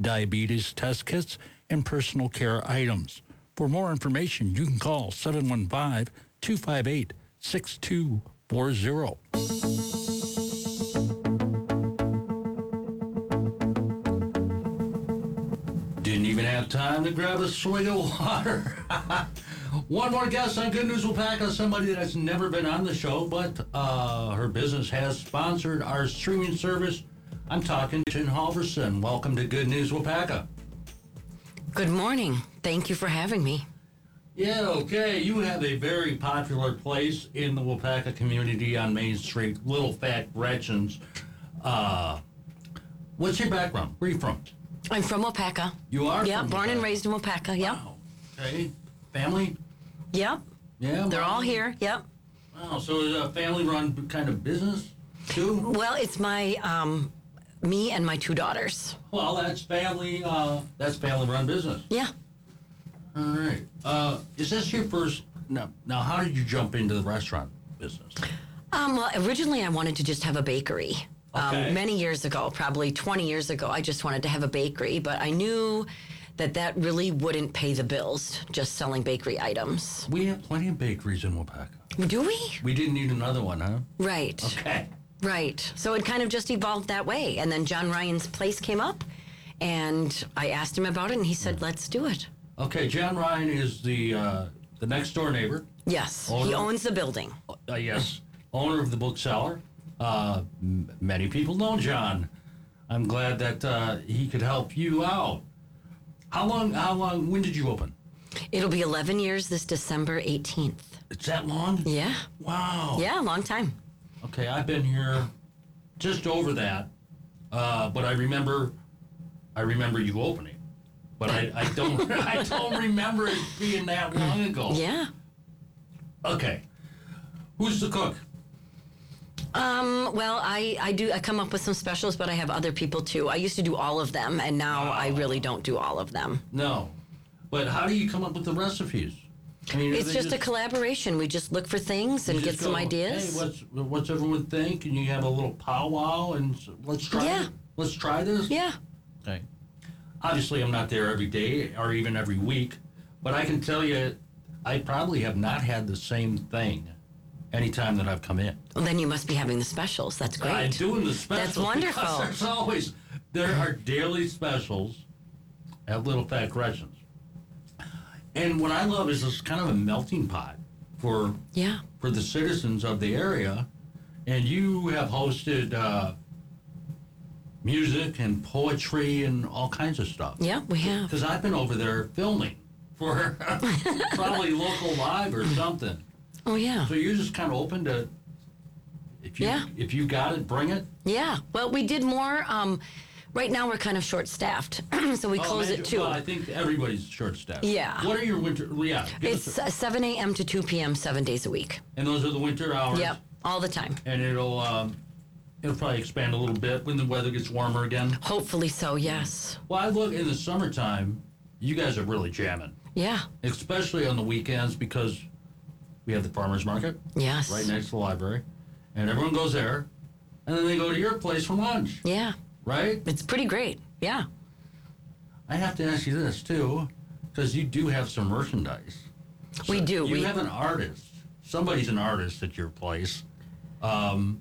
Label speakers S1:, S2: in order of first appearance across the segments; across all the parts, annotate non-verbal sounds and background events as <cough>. S1: diabetes test kits, and personal care items. For more information, you can call 715 258 6240. Didn't even have time to grab a swig of water. <laughs> One more guest on Good News will pack us somebody that's never been on the show, but uh, her business has sponsored our streaming service. I'm talking Jen Halverson. Welcome to Good News Wapaka.
S2: Good morning. Thank you for having me.
S1: Yeah, okay. You have a very popular place in the Wapaka community on Main Street, Little Fat Gretchen's. Uh, what's your background? Where are you from?
S2: I'm from Wapaka.
S1: You are?
S2: Yeah,
S1: from
S2: born and
S1: Waupaca.
S2: raised in Wapaka. Yep.
S1: Wow. Okay. Family?
S2: Yep.
S1: Yeah.
S2: They're
S1: mom?
S2: all here. Yep.
S1: Wow. So is it a family run kind of business too?
S2: Well, it's my um me and my two daughters.
S1: Well, that's family. Uh, that's family run business.
S2: Yeah.
S1: All right. Uh, is this your first? No. Now, how did you jump into the restaurant business?
S2: Um, well, originally I wanted to just have a bakery.
S1: Okay.
S2: Um, many years ago, probably 20 years ago, I just wanted to have a bakery, but I knew that that really wouldn't pay the bills just selling bakery items.
S1: We have plenty of bakeries in Wapaka.
S2: Do we?
S1: We didn't need another one, huh?
S2: Right.
S1: Okay.
S2: Right. So it kind of just evolved that way. And then John Ryan's place came up, and I asked him about it, and he said, let's do it.
S1: Okay. John Ryan is the uh, the next door neighbor.
S2: Yes.
S1: Oh,
S2: he
S1: no.
S2: owns the building.
S1: Uh, yes, owner of the bookseller. Uh, m- many people know John. I'm glad that uh, he could help you out. How long? How long? When did you open?
S2: It'll be 11 years this December 18th.
S1: It's that long?
S2: Yeah.
S1: Wow.
S2: Yeah, long time.
S1: Okay, I've been here just over that, uh, but I remember, I remember you opening, but I, I don't, <laughs> I don't remember it being that long ago.
S2: Yeah.
S1: Okay, who's the cook?
S2: Um, well, I, I do, I come up with some specials, but I have other people too. I used to do all of them, and now I really don't do all of them.
S1: No, but how do you come up with the recipes? I mean, are
S2: It's
S1: they
S2: just a collaboration. We just look for things and
S1: you
S2: get
S1: just
S2: some
S1: go,
S2: ideas.
S1: Hey, what's what's everyone think? And you have a little powwow, and s- let's try.
S2: Yeah.
S1: it. Let's try this.
S2: yeah.
S1: Okay. Obviously, I'm not there every day or even every week, but I can tell you, I probably have not had the same thing any time that I've come in.
S2: Well, then you must be having the specials. That's great.
S1: I'm doing the specials. because
S2: wonderful.
S1: <laughs> There's always there are daily specials at Little Fat Gretchen's, and what I love is it's kind of a melting pot for
S2: Yeah.
S1: for the citizens of the area, and you have hosted uh, music and poetry and all kinds of stuff.
S2: Yeah, we have.
S1: Because I've been over there filming for <laughs> probably local live or something.
S2: Oh, yeah.
S1: So you're just kind of open to if you
S2: Yeah.
S1: if you got it, bring it.
S2: Yeah. Well, we did more. Um, right now, we're kind of short staffed, <clears throat> so we close
S1: Oh, imagine-
S2: at 2.
S1: Well, I think everybody's short staffed.
S2: Yeah.
S1: What are your winter? Yeah. give us
S2: it's uh, 7 a.m. to 2 p.m., seven days a week.
S1: a- and those are the winter hours.
S2: Yep. All the time.
S1: And it'll um, it'll probably expand a little bit when the weather gets warmer again.
S2: Hopefully so, yes.
S1: Well, I look in the summertime. You guys are really jamming,
S2: Yeah.
S1: especially on the weekends because we have the farmers market.
S2: Yes.
S1: right next to the library, and everyone goes there, and then they go to your place for lunch,
S2: Yeah.
S1: right?
S2: It's pretty great. Yeah.
S1: I have to ask you this too, because you do have some merchandise.
S2: we do.
S1: You
S2: we
S1: have an artist. Somebody's an artist at your place. Um,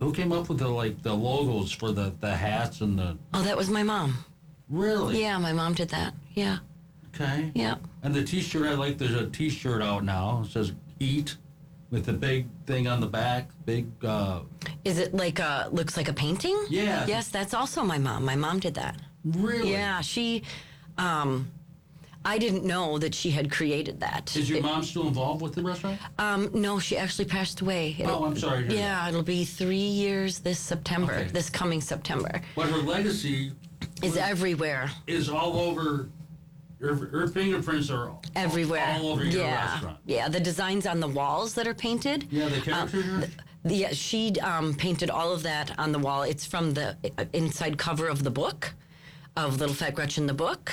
S1: who came up with the like the logos for the the hats and the
S2: Oh, that was my mom.
S1: really?
S2: Yeah, my mom did that. Yeah.
S1: Okay.
S2: Yeah.
S1: And the T-shirt I like. There's a T-shirt out now. It says "Eat," with the big thing on the back. Big. Uh,
S2: Is it like a looks like a painting?
S1: Yeah.
S2: Yes, that's also my mom. My mom did that.
S1: really.
S2: Yeah, she um I didn't know that she had created that.
S1: Is your mom still involved with the restaurant?
S2: Um, no, she actually passed away.
S1: Oh, I'm sorry. to hear that.
S2: yeah, it'll be three years this September,
S1: Okay.
S2: this coming September.
S1: But her legacy
S2: Is everywhere,
S1: is all over. Her, her fingerprints are all-
S2: everywhere.
S1: All over your
S2: yeah.
S1: restaurant.
S2: Yeah, the designs on the walls that are painted. Um,
S1: Yeah, the
S2: uh,
S1: characters. are-
S2: Yeah, she um, painted all of that on the wall. It's from the uh, inside cover of the book, of Little Fat Gretchen, the book.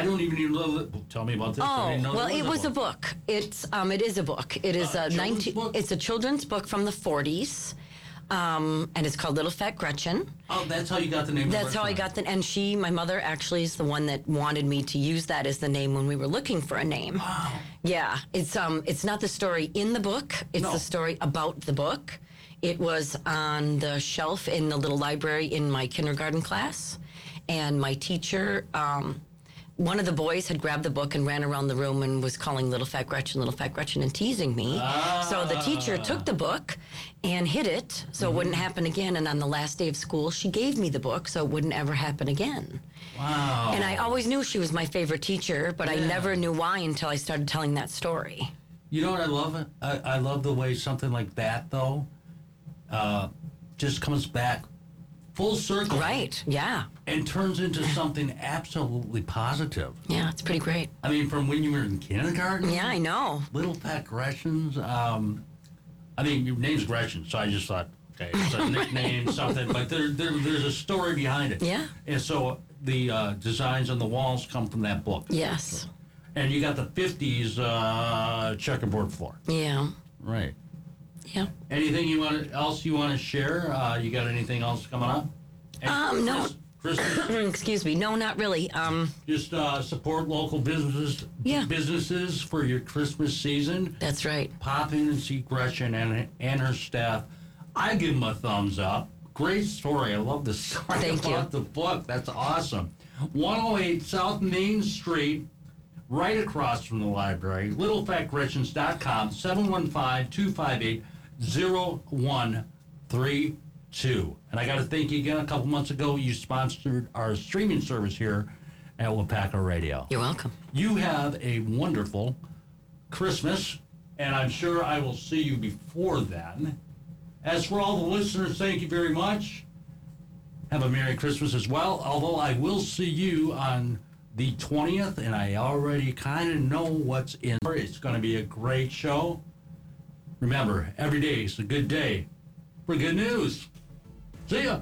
S1: I don't even even know. That, tell me about this. I
S2: Oh
S1: didn't know
S2: well,
S1: there
S2: it was a book. It's um, it is a book. It is
S1: Uh,
S2: a
S1: children's
S2: nineteen.
S1: book?
S2: It's a children's book from the forties. Um, and it's called Little Fat Gretchen.
S1: Oh, that's how you got the name. of the
S2: That's how I
S1: restaurant.
S2: got the. And she, my mother, actually is the one that wanted me to use that as the name when we were looking for a name. Wow. Yeah, it's um, it's not the story in the book. It's
S1: No.
S2: the story about the book. It was on the shelf in the little library in my kindergarten class, and my teacher. Um, one of the boys had grabbed the book and ran around the room and was calling little fat Gretchen, little fat Gretchen, and teasing me. So the teacher took the book and hid it so it wouldn't happen again. And on the last day of school, she gave me the book so it wouldn't ever happen again.
S1: Wow.
S2: And I always knew she was my favorite teacher, but I
S1: Yeah.
S2: never knew why until I started telling that story.
S1: You know what I love? I, I love the way something like that though, uh, just comes back full circle,
S2: Right. Yeah.
S1: And turns into something absolutely positive.
S2: Yeah. It's pretty great.
S1: I mean, from when you were in kindergarten,
S2: Yeah, I know.
S1: Little Fat Gretchen's. Um, I mean, your name's Gretchen, so I just thought, okay, it's a
S2: <laughs>
S1: nickname, something. But there, there, there's a story behind it.
S2: Yeah.
S1: And so the uh, designs on the walls come from that book.
S2: Yes.
S1: And you got the '50s uh, checkerboard floor.
S2: Yeah.
S1: Right.
S2: Yeah.
S1: Anything you want else you want to share? Uh, you got anything else coming up? And
S2: Um, no. mm,
S1: Chris, Chris,
S2: Excuse me. No, not really. Um,
S1: just uh, support local businesses.
S2: Yeah.
S1: Businesses for your Christmas season.
S2: that's right.
S1: Pop in and see Gretchen and and her staff. I give them a thumbs up. Great story. I love the <laughs> story
S2: Thank you.
S1: about the book. That's awesome. 108 South Main Street, right across from the library. LittleFatGretchens.com, 715-258-0132. And I got to thank you again. A couple months ago, you sponsored our streaming service here at Wapaco Radio
S2: You're welcome.
S1: you have a wonderful Christmas, and I'm sure I will see you before then. As for all the listeners, thank you very much. Have a Merry Christmas as well, although I will see you on the 20th, and I already kind of know what's in. store. It's going to be a great show. Remember, every day is a good day for good news. See ya.